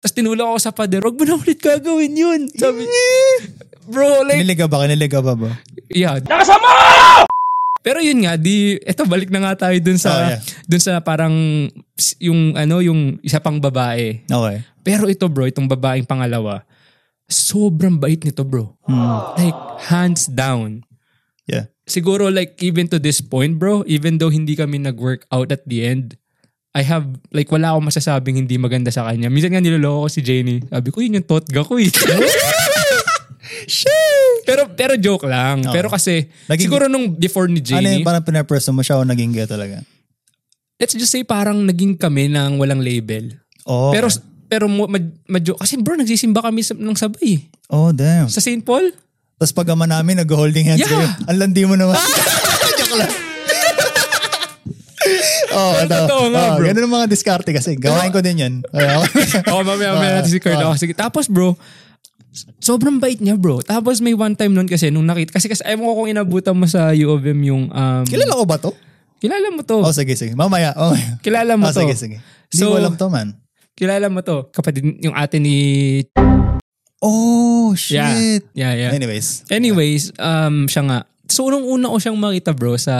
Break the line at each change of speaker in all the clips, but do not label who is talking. Tapos tinulak ako sa pader, wag mo na ulit gagawin yun. Sabi, bro, like,
Niligaw ba ka? Niligaw ba ba?
yeah. Nakasama! Pero yun nga, di, eto balik na nga tayo dun sa,
Oh, yeah.
dun sa parang, s- yung ano, yung isa pang babae.
Okay.
Pero ito bro, itong babaeng pangalawa, sobrang bait nito bro.
Hmm.
Like, hands down.
Yeah.
Siguro like even to this point bro, even though hindi kami nag-workout at the end, I have, like wala akong masasabing hindi maganda sa kanya. Minsan nga niloloko ko si Jenny. Sabi ko, yun yung totga ko eh. pero, pero joke lang. Pero kasi,
Naging-
siguro nung before ni
Ano
Jenny,
yung parang pinaperson mo siya o naging gay talaga?
let's just say parang naging kami ng walang label.
Oh.
Pero, pero mo- mad, madyo, kasi bro, nagsisimba kami sa, ng sabay eh.
oh, damn.
Sa St. Paul?
Tapos pag ama namin, nag-holding
Yeah.
hands
Ah!
kayo. Ang landi mo naman. Joke lang. Oo, oh,
totoo nga, bro.
Ganun ang mga diskarte kasi. Gawain ko din yun. Oh.
Oo, mamaya
Ah,
mamaya natin si Kurt. Oo, sige. Tapos bro, sobrang bait niya bro. Tapos may one time nun kasi, nung nakita, kasi, kasi ayaw ko kung inabutan mo sa U of M yung, um,
Kilala ko ba to?
kilala mo to.
Oh, sige, sige. Mamaya, mamaya.
kilala mo
Oh,
to.
sige, sige. Hindi
So-
ko alam to, man.
Kilala mo to. Kapatid, yung ate ni,
Oh,
yeah.
shit.
Yeah, yeah.
Anyways.
Anyways, um, siya nga. So, unang una ko siyang makita bro sa,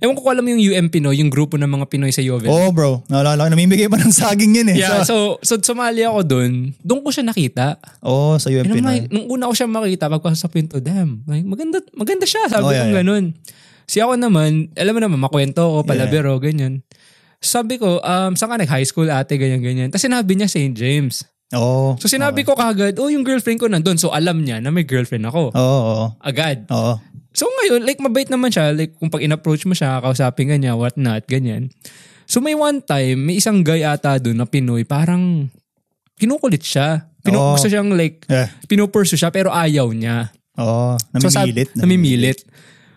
ewan ko kung alam mo yung UM Pinoy, yung grupo ng mga Pinoy sa U of M.
Oh, bro. Naalala ko. Namimigay pa ng saging yun eh.
Yeah,
So-
so, so, sumali ako doon. Doon ko siya nakita.
oh, sa UMP
Nung,
na.
may- nung una ko siya makita, pagpasok sa pinto, damn, may- maganda, maganda siya. Sabi
Oh,
ko
yeah, yeah.
ganun. Si ako naman, alam mo naman, makwento ko, palabero, ganyan. Sabi ko, um, saan ka nag-high school ate, ganyan, ganyan. Tapos sinabi niya St. James.
Oo.
So sinabi ko kagad, oh yung girlfriend ko nandun. So alam niya na may girlfriend ako.
Oo, oo.
Agad.
Oo.
So ngayon, like mabait naman siya. Like kung pag in-approach mo siya, kausapin ka niya, what not, ganyan. So may one time, may isang guy ata doon na Pinoy, parang kinukulit siya. Pinu-
Oo.
Gusto siyang like,
Yeah.
pinupursu siya pero ayaw niya.
Oo.
So, sabi,
Namimilit.
namimilit.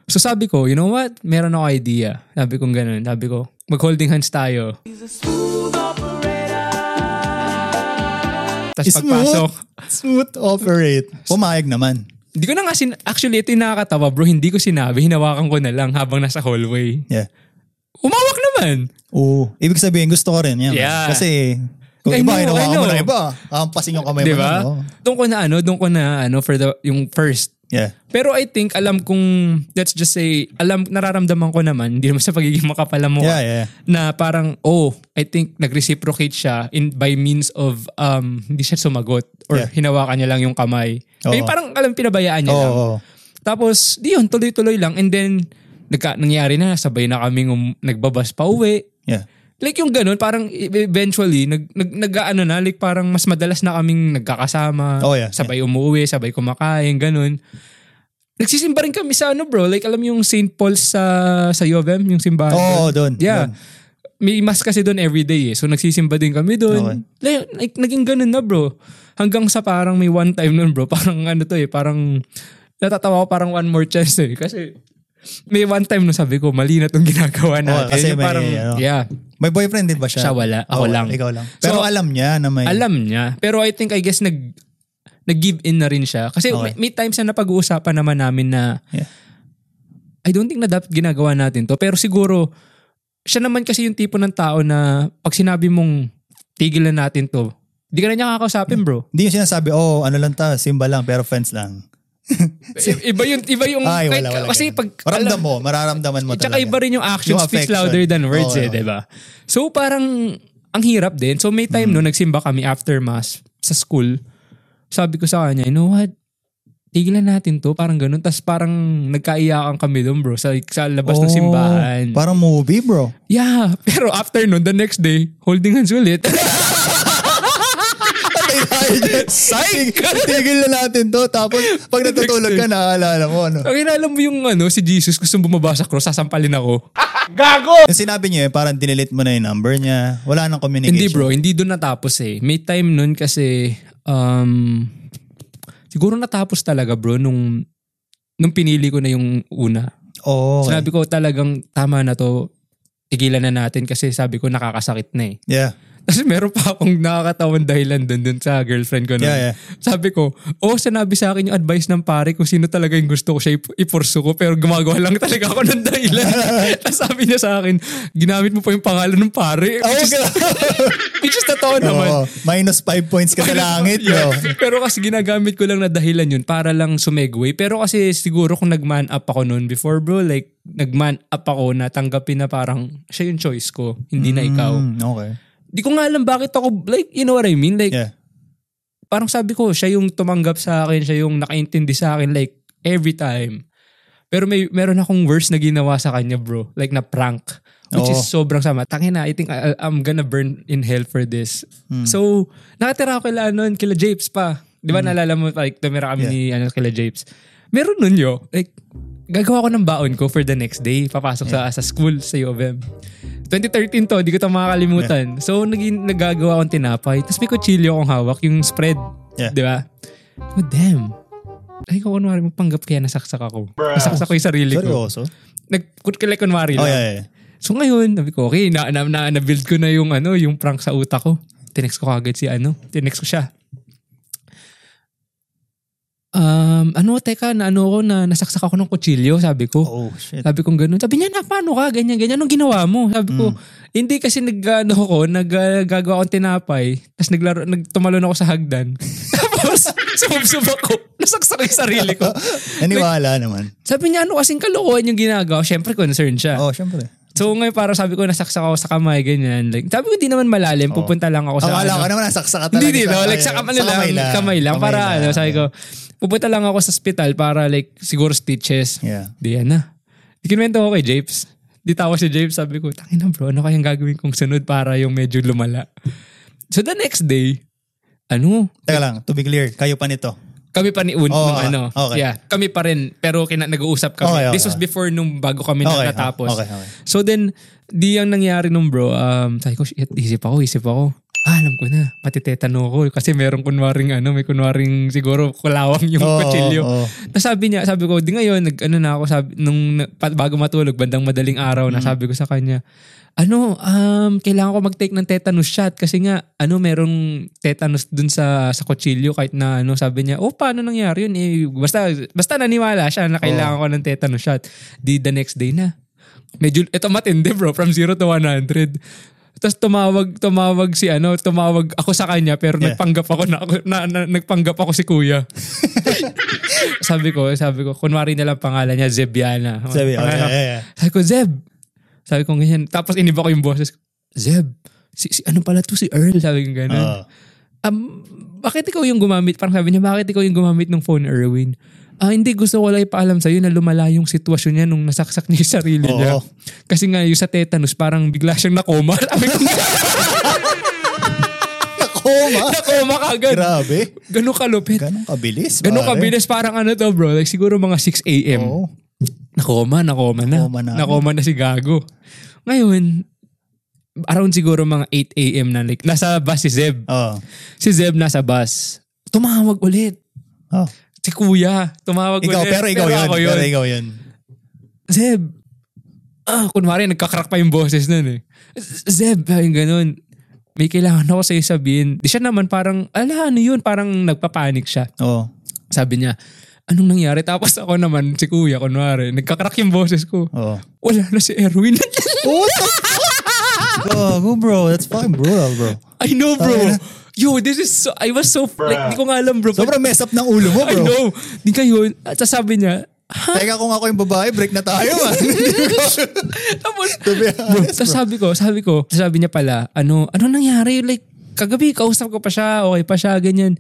So sabi ko, you know what? Meron ako idea. Sabi ko ganun. Sabi ko, mag-holding hands tayo. Tapos
Smooth.
pagpasok,
Smooth operate. Pumayag naman.
hindi ko na nga, sin- actually ito yung nakakatawa bro, hindi ko sinabi, hinawakan ko na lang habang nasa hallway.
Yeah.
Umawak naman!
Oo. Ibig sabihin, gusto ko rin yan.
Yeah.
Kasi, kung
I
iba,
know,
hinawakan
I
mo
know.
na iba. Kampasin yung kamay
Di
mo.
ba?
na, oo.
Doon ko na ano, doon ko na ano, for the, yung first.
Yeah.
Pero I think, alam kong, let's just say, alam, nararamdaman ko naman, hindi naman sa pagiging makapalamukha,
Yeah, yeah.
na parang, oh, I think nag-reciprocate siya in, by means of, um, hindi siya sumagot or
Yeah.
hinawakan niya lang yung kamay.
Oo.
Ay, parang alam, pinabayaan niya
Oo.
lang.
oo.
Tapos, di yun, tuloy-tuloy lang. And then, nagka, nangyari na, sabay na kaming um, nagbabas pa uwi.
Yeah.
Like yung ganun, parang e- eventually, nag, nag, nag-ano na, like parang mas madalas na kaming nagkakasama.
Oh, yeah.
Sabay umuwi, sabay kumakain, ganun. Nagsisimba rin kami sa ano bro, like alam yung St. Paul's sa, sa Yovem, yung simbahan.
Oo,
doon.
oo, doon.
Ah, Yeah. Diba? May mas kasi doon everyday eh. So nagsisimba din kami doon. Like, like, naging ganun na bro. Hanggang sa parang may one time noon bro, parang ano to eh, parang natatawa ko parang one more chance eh. Kasi may one time no sabi ko, mali na tong ginagawa natin.
kasi
Yung
may,
parang,
ano,
yeah,
May boyfriend din ba siya?
Siya wala. Ako
Oo,
lang.
Ikaw lang.
So,
Pero alam niya na may...
alam niya. Pero I think, I guess, nag, nag-give in na rin siya. Kasi
Okay.
may, may times na napag-uusapan naman namin na
Yeah.
I don't think na dapat ginagawa natin to. Pero siguro, siya naman kasi yung tipo ng tao na pag sinabi mong tigilan natin to, di ka na niya kakausapin bro.
Hindi yung sinasabi, oh, ano lang ta, simba lang, pero friends lang.
I- iba yung, iba yung,
Ay,
kahit-
wala, wala.
kasi
ganun.
pag,
Maramdam mo, mararamdaman mo
Tsaka
talaga.
iba rin yung actions
Yung
speaks
affection.
louder than words
Oo,
eh,
oo.
di ba? So parang ang hirap din. So may
Mm.
time no, nagsimba kami after mass sa school. Sabi ko sa kanya, you know what? Tigilan natin to. Parang ganun. Tapos parang nagkaiyakan kami doon bro sa, sa labas ng
Oo,
simbahan.
Parang movie, bro.
yeah. Pero after nun, the next day, holding hands ulit.
Psych! Tigil na natin to. Tapos, pag natutulog ka, naaalala mo, ano.
Ang inaalam mo yung ano, si Jesus gusto bumaba sa cross, sasampalin ako. Oh!
Yung sinabi niyo, eh, parang dinelete mo na yung number niya. Wala nang communication.
Hindi bro, hindi doon natapos eh. May time nun kasi, um, siguro natapos talaga bro nung, nung pinili ko na yung una.
Oo. Oh, okay.
Sinabi ko talagang tama na to, tigilan na natin kasi sabi ko nakakasakit na eh.
Yeah.
Tapos meron pa akong nakakatawan dahilan dun, dun sa girlfriend ko. Nun.
Yeah, yeah.
Sabi ko, oh, sinabi sa akin yung advice ng pare kung sino talaga yung gusto ko siya ip- ipursu ko pero gumagawa lang talaga ako ng dahilan. Tapos sabi niya sa akin, ginamit mo pa yung pangalan ng pare.
Oo,
Which is, which is
Oh,
totoo naman.
Oo, minus 5 points ka sa langit,
Yeah.
bro.
Pero kasi ginagamit ko lang na dahilan yun para lang sumegway. Pero kasi siguro kung nag-man up ako noon before bro, like nag-man up ako na tanggapin na parang siya yung choice ko, hindi na ikaw.
Mm, okay.
Di ko nga alam bakit ako, like you know what I mean? Like
Yeah.
parang sabi ko, siya yung tumanggap sa akin, siya yung nakaintindi sa akin like every time. Pero may meron akong worse na ginawa sa kanya, bro. Like na prank. Which
Oo.
is sobrang sama. Tangina, I think I, I'm gonna burn in hell for this.
Hmm.
So, nakatira ako kila, nun, kila Japes pa. Di ba
Hmm.
naalala mo, like, tumira kami ni ano, kila Japes. Meron nun yo. Like, gagawa ko ng baon ko for the next day. Papasok sa, sa school sa U of M. 2013 to, di ko ito makakalimutan. So, naging, nagagawa akong tinapay. Tapos may kutsilyo akong hawak, yung spread.
Yeah.
Di ba? Oh, damn. Ay, kung kunwari magpanggap kaya nasaksak ako. Nasaksak ko yung sarili
Sorry,
ko.
also.
Nag-kutkilay kunwari
Oh,
lang.
yeah, yeah.
So ngayon, sabi ko, okay, na, na, na, build ko na yung, ano, yung prank sa utak ko. Tinext ko kagad si ano. Tinext ko siya. Um, ano, teka, na ano ko, na nasaksak ako ng kutsilyo, sabi ko.
Oh, shit.
Sabi kong ganun. Sabi niya, na, paano ka? Ganyan, ganyan. Anong ginawa mo? Sabi ko,
Hmm.
hindi kasi nag-ano ko, naggagawa akong tinapay. Tapos naglaro, nagtumalon ako sa hagdan. Tapos, sumubsub ako. Nasaksak yung sarili ko.
Naniwala naman.
Sabi niya, ano kasing kalokohan yung ginagawa? Siyempre, concerned siya.
Oh, syempre.
So ngayon parang sabi ko nasaksak ako sa kamay, ganyan. Like, sabi ko hindi naman malalim, pupunta lang ako sa
Oh. Akala
ano.
ko naman nasaksak ka talaga.
Hindi, hindi. No?
sa kamay.
Like sa kamay, ano
Sa
lang, kamay lang. para ano, sabi ko, pupunta lang ako sa hospital para like siguro stitches.
Yeah.
Di yan na. Di kinuwento ko kay Japes. Di tawa si Japes. Sabi ko, tangin na bro, ano kayang gagawin kong sunod para yung medyo lumala. So the next day, ano,
Teka lang, to be clear, kayo pa nito.
kami pa ni Un,
Oh,
nung
okay.
ano.
Okay.
Yeah, kami pa rin. Pero kina, nag-uusap kami.
Okay, okay,
This was
okay.
before nung bago kami
Okay,
natatapos.
okay, okay.
So then, di ang nangyari nung bro, um, sabi ko, shit, isip ako, isip ako. Ah, alam ko na, matitetano ko. Kasi merong kunwaring ano, may kunwaring siguro kulawang yung
Oo,
kutsilyo.
oo.
Tapos sabi niya, sabi ko, di ngayon, nag, ano na ako, sabi, nung na- pa- bago matulog, bandang madaling araw na sabi ko sa kanya, ano, um, kailangan ko mag-take ng tetanus shot kasi nga, ano, merong tetanus dun sa, sa kutsilyo kahit na, ano, sabi niya, oh, paano nangyari yun? Eh, basta, basta naniwala siya na kailangan ko ng tetanus shot. Di the next day na. Medyo, ito matindi bro, from 0 to 100. Tapos tumawag, tumawag si ano, tumawag ako sa kanya pero
Yeah.
nagpanggap ako na, ako- na, na- nagpanggap ako si kuya. sabi ko, sabi ko, kunwari na lang pangalan niya, Zebiana.
Sabi, oh, yeah, yeah, yeah.
Sabi ko, Zeb. Sabi ko ganyan. Tapos iniba ko yung boses ko. Zeb, si, si ano pala to si Earl? Sabi ko ganun.
Oo.
um, bakit ikaw yung gumamit? Parang sabi niya, bakit ikaw yung gumamit ng phone, Erwin? Ah, hindi, gusto ko lang ipaalam sa'yo na lumala yung sitwasyon niya nung nasaksak niya yung sarili
Oo.
niya. Kasi nga, yung sa tetanus, parang bigla siyang nakoma. Sabi ko,
Nakoma.
nakoma kagad.
Grabe.
Ganun kalupit.
Ganun kabilis.
Ganun
pare.
kabilis, parang ano to bro, like siguro mga 6 a.m.
Oo.
Nakoma, nakoma na.
Nakoma na.
Nakoma na si Gago. Ngayon, around siguro mga 8 a.m. na like, nasa bus si Zeb.
Oo.
Si Zeb nasa bus. Tumawag ulit.
Oh.
Si Kuya, tumawag
Ikaw,
ulit.
pero ikaw yun.
eh. ako
Pero ikaw yun.
Zeb, ah, kunwari nagkakrak pa yung boses nun eh. Z- Zeb, ah, yung ganun. May kailangan ako sa'yo sabihin. Di siya naman parang, ala, ano yun? Parang nagpapanik siya.
Oo.
Sabi niya, anong nangyari? Tapos ako naman, si kuya, kunwari, nagkakrak yung boses ko.
Oo.
Wala na si Erwin.
Gago bro. That's fucking brutal bro.
I know, bro.
Tama na.
Yo, this is so, I was so, like, di ko nga alam, bro.
Sobrang mess up ng ulo mo
I
bro.
know. Di kayo, at sabi niya,
Teka kung ako yung babae, break na tayo man.
tapos,
to be
bro,
honest.
tapos sabi ko, sabi ko, sabi niya pala, ano, ano nangyari? Like, kagabi, kausap ko pa siya, okay pa siya, ganyan.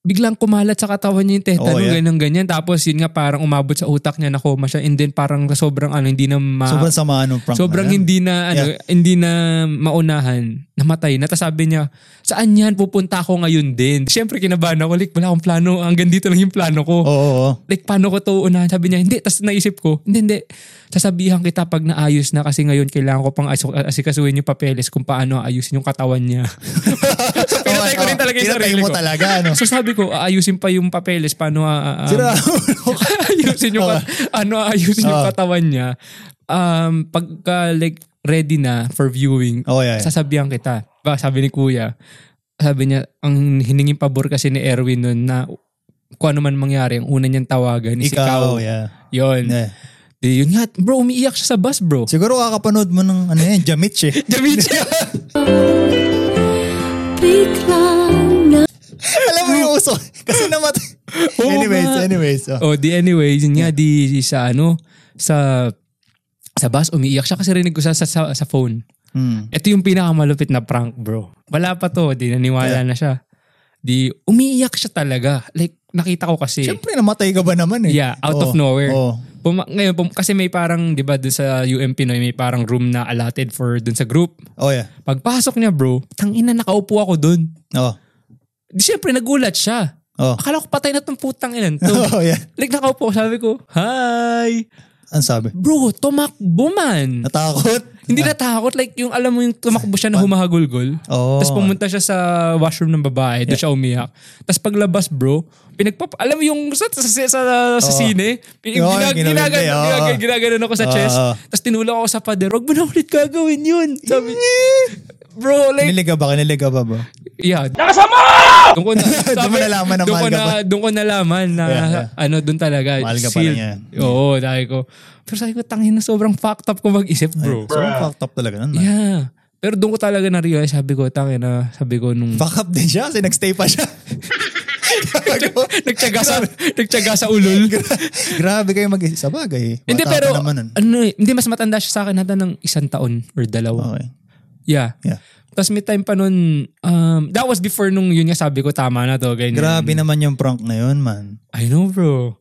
Biglang kumalat sa katawan niya yung tetanong,
Oh, yeah.
ganyan, ganyan. Tapos, yun nga, parang umabot sa utak niya, nakoma siya. And then, parang sobrang, ano, hindi na ma...
Sobrang sama anong prank
Sobrang
na yan.
hindi na ano,
Yeah.
hindi na maunahan, namatay na. Tapos sabi niya, saan yan? Pupunta ako ngayon din. Siyempre kinabahan ako, like wala akong plano. Hanggang dito lang yung plano ko.
Oo. oo.
Like paano ko to unahan? Sabi niya, hindi. Tapos naisip ko, hindi, hindi. Sasabihan kita pag naayos na kasi ngayon kailangan ko pang aso- asikasuhin yung papeles kung paano ayusin yung katawan niya. Pinatay ko rin talaga yung
Pinatay
sarili
mo
ko. Ah.
talaga, ano?
so sabi ko, aayusin pa yung papeles, paano ah, ah, ah,
Sira.
ayusin yung kat- ano ayusin yung
Ah.
katawan niya um pagka like ready na for viewing,
Oh, yeah. yeah.
sasabihan kita. Ba, sabi ni kuya, sabi niya, ang hiningin pabor kasi ni Erwin nun na kung ano man mangyari, ang una niyang tawagan is
Ikaw,
ikaw.
yeah.
Yun.
yeah.
Di, yun nga, bro, umiiyak siya sa bus, bro.
Siguro kakapanood mo ng ano yan, Jamich eh.
Jamit
biglang na
Alam mo yung uso. Kasi namatay.
Oo
anyways,
nga.
anyways. Oh.
oh, di anyways, yun nga, di sa ano, sa sa bus, umiiyak siya kasi rinig ko siya sa, sa, sa phone.
Hmm.
Ito yung pinakamalupit na prank, bro. Wala pa to, di naniwala na siya. Di, umiiyak siya talaga. Like, nakita ko kasi.
Siyempre, namatay ka ba naman eh?
Eh.
oh,
Yeah, out of
Oo,
nowhere.
oo.
Puma- ngayon, pum- kasi may parang, di ba, dun sa UM Pinoy, may parang room na allotted for dun sa group.
Oh, yeah.
Pagpasok niya, bro, tangina, nakaupo ako dun.
Oh.
Di syempre, nagulat siya.
Oh.
Akala ko patay na tong putang ilan to.
oh, yeah.
like, nakaupo, ko, sabi ko, Hi!
Ang sabi.
Bro, tumakbo man.
Natakot.
Hindi natakot. Like, yung alam mo yung tumakbo siya na humahagulgol.
Oo.
Tapos pumunta siya sa washroom ng babae. Doon siya umiyak. Tapos paglabas bro, pinagpap... Alam mo yung sa, sa, sa, sa, sa sine? Yung
Oo,
ginag-
ginawin
ginagano-
niya, oo.
ginag- ginagano ako sa
Oo.
chest. Tapos tinulak ako sa pader. Huwag mo na ulit gagawin yun. Sabi, bro, like,
Kinilig ka ba? Kinilig ka ba ba?
yeah. Nakasama! Doon ko na,
Doon mo nalaman na
doon ko
mahal ka
na, doon ko nalaman na
Yeah, yeah.
ano doon talaga.
Mahal ka pala
sealed.
niya.
Oo, dahil ko. Pero sabi ko, tangin na sobrang fucked up ko mag-isip bro.
So, fucked up talaga nun. man.
Yeah. Pero doon ko talaga na-realize, sabi ko, tangin na, sabi ko nung...
Fuck up din siya kasi nagstay pa siya.
nagtyaga sa, nagtyaga sa ulol.
Grabe kayo mag sa bagay. Bata
hindi,
pa
pero,
naman nun.
ano eh, hindi, mas matanda siya sa akin hata ng isang taon or dalawa.
Okay.
Yeah.
Yeah.
Tapos may time pa nun, um, that was before nung yun nga sabi ko, tama na to, ganyan.
Grabe naman yung prank na yun, man.
I know, bro.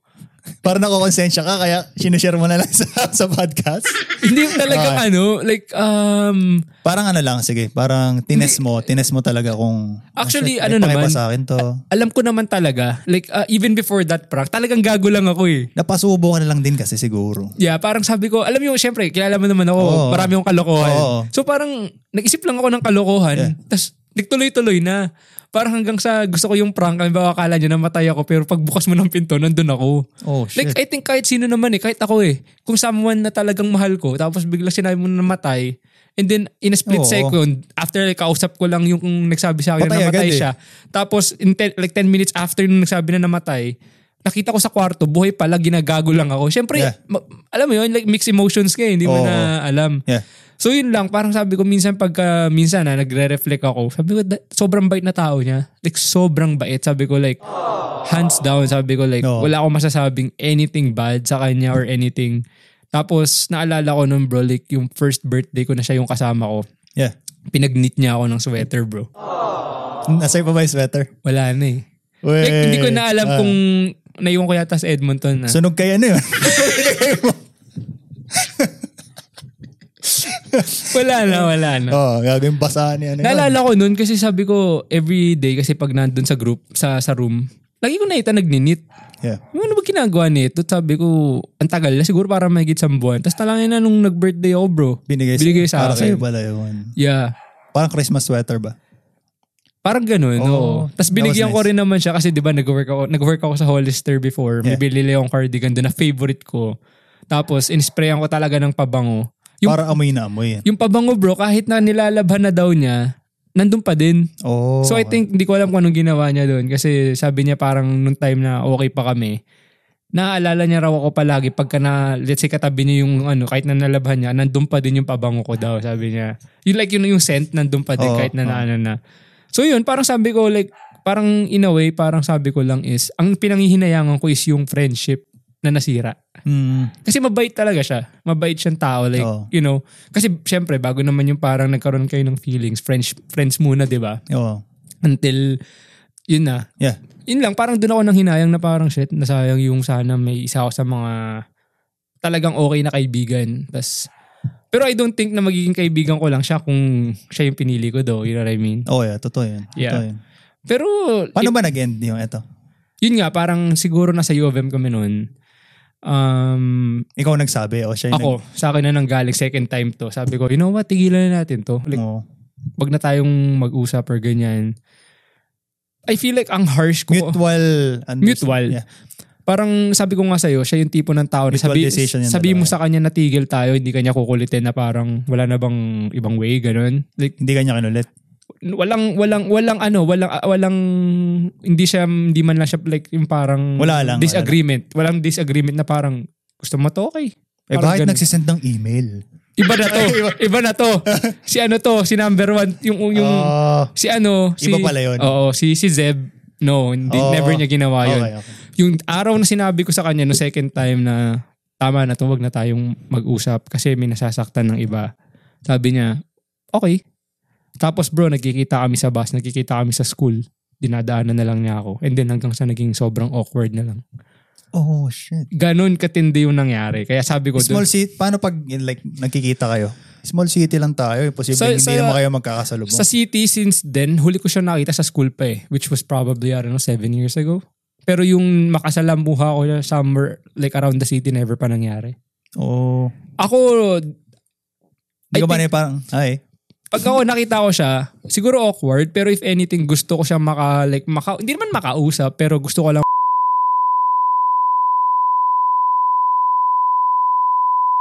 Parang nakukonsensya ka, kaya sinishare mo na lang sa, sa podcast.
hindi talaga ano, like, um,
Parang ano lang, sige. Parang tines mo. Tines mo talaga kung...
Actually,
oh, shit,
ano
may pakipa
naman,
sa akin to.
alam ko naman talaga, like, uh, even before that prank, talagang gago lang ako eh.
Napasubo ka na lang din kasi siguro.
Yeah, parang sabi ko, alam mo, syempre, kilala mo naman ako,
Oo.
marami akong kalokohan.
Oo.
So parang, nag-isip lang ako ng kalokohan, tas nagtuloy-tuloy na. Parang hanggang sa gusto ko yung prank, ang baka akala nyo namatay ako, pero pagbukas mo ng pinto, nandun ako.
Oh,
Like, I think kahit sino naman eh, kahit ako eh, kung someone na talagang mahal ko, tapos bigla sinabi mo na namatay, and then in a split
Oo.
second, after like, kausap ko lang yung kung nagsabi sa akin
Patay
na namatay
agad eh.
siya, tapos in ten- like 10 minutes after nung nagsabi na namatay, nakita ko sa kwarto, buhay pala, ginagago lang ako. Siyempre,
Yeah.
ma- alam mo yun, like mixed emotions ka eh, hindi mo
Oo.
na alam.
Yeah.
So yun lang, parang sabi ko minsan pagka minsan na nagre-reflect ako, sabi ko "Da- sobrang bait na tao niya. Like sobrang bait. Sabi ko like hands down, sabi ko like
Oo.
wala akong masasabing anything bad sa kanya or anything. Tapos naalala ko nun bro, like yung first birthday ko na siya yung kasama ko.
Yeah.
Pinag-knit niya ako ng sweater bro.
Nasa'yo pa ba yung sweater?
Wala na eh.
Wait.
Like hindi ko na alam
Ah.
kung naiwan ko yata sa Edmonton ah. na.
Sunog kaya na yun.
wala na, wala na.
Oo, oh, gagawin basahan niya.
Naalala ko nun kasi sabi ko every day kasi pag nandun sa group, sa sa room, lagi ko nakita nagninit.
Yeah.
Yung ano ba ginagawa nito? Sabi ko, ang tagal na siguro para may isang buwan. Tapos talangin na nung nag-birthday ako bro.
Binigay,
Binigay sa
para
akin.
sa'yo pala yun.
Yeah.
Parang Christmas sweater ba?
Parang ganun,
Oo.
oo. Tapos
Oh, That
binigyan
was
ko
nice.
rin naman siya kasi 'di ba nag-work ako, nag-work ako sa Hollister before. May
Yeah.
binili akong cardigan doon na favorite ko. Tapos in-sprayan ko talaga ng pabango. Yung
Para amoy na amoy.
yung pabango bro, kahit na nilalabhan na daw niya, nandun pa din.
Oh,
So I think hindi ko alam kung anong ginawa niya doon kasi sabi niya parang nung time na okay pa kami, naaalala niya raw ako palagi pagka na let's say katabi niya yung ano kahit na nalabhan niya, nandun pa din yung pabango ko daw sabi niya. Yung like yun yung scent nandun pa din
Oo,
kahit na
oo.
naano na. So yun, parang sabi ko like parang in a way parang sabi ko lang is ang pinanghihinayangan ko is yung friendship na nasira.
Mm,
Kasi mabait talaga siya. Mabait siyang tao. Like,
Oo.
you know. Kasi syempre, bago naman yung parang nagkaroon kayo ng feelings. Friends, friends muna, di ba?
oo.
until yun na.
Oh. Yeah.
Yun lang, parang doon ako nang hinayang na parang shit, nasayang yung sana may isa ako sa mga talagang okay na kaibigan. Tas, pero I don't think na magiging kaibigan ko lang siya kung siya yung pinili ko though, you know what I mean?
Oh, yeah. Totoo yun. Totoo
Yeah.
yun.
Pero,
Paano ba nag-end yung ito?
yun nga, parang siguro nasa U of M kami noon. Um,
Ikaw nagsabi o siya
ako,
yung
sa akin na nanggaling second time to. Sabi ko, you know what, tigilan na natin to. Like,
nag- Oo.
wag na tayong mag-usap or ganyan. I feel like ang harsh ko.
Mutual. understand-
Mutual.
Yeah.
parang sabi ko nga sa'yo, siya yung tipo ng tao na
Mutual
sabi,
decision yan
sabi mo
talaga.
sa kanya natigil tayo, hindi kanya kukulitin na parang wala na bang ibang way, ganun. Like,
Hindi kanya kinulit.
walang walang walang ano walang ah, walang hindi siya hindi man lang siya like yung parang
Wala lang,
disagreement walang disagreement na parang gusto mo to okay
Eh
Parang
bakit
ganun.
nagsisend ng email?
iba na to iba na to si ano to si number one yung yung
Ah,
si ano si,
Iba pala yun.
oo si si Zeb no hindi
Oo.
never niya ginawa yun
okay, okay.
yung araw na sinabi ko sa kanya no second time na tama na to wag na tayong mag-usap kasi may nasasaktan ng iba sabi niya okay tapos bro nagkikita kami sa bus nagkikita kami sa school dinadaanan na lang niya ako and then hanggang sa naging sobrang awkward na lang
Oh, shit.
ganun katindi yung nangyari kaya sabi ko
Small
dun,
city, paano pag like nagkikita kayo? Small city lang tayo, imposible
Sa-
hindi
sa-
naman kayo magkakasalubong.
sa city since then huli ko siya nakita sa school pa eh which was probably I don't know seven years ago pero yung makasalamuha ko siya somewhere like around the city never pa nangyari
Oo. Oh.
ako
Hindi
I
ka ba na parang, ay,
pag ako nakita ko siya, siguro awkward, pero if anything, gusto ko siya maka, like, maka, hindi naman makausap, pero gusto ko lang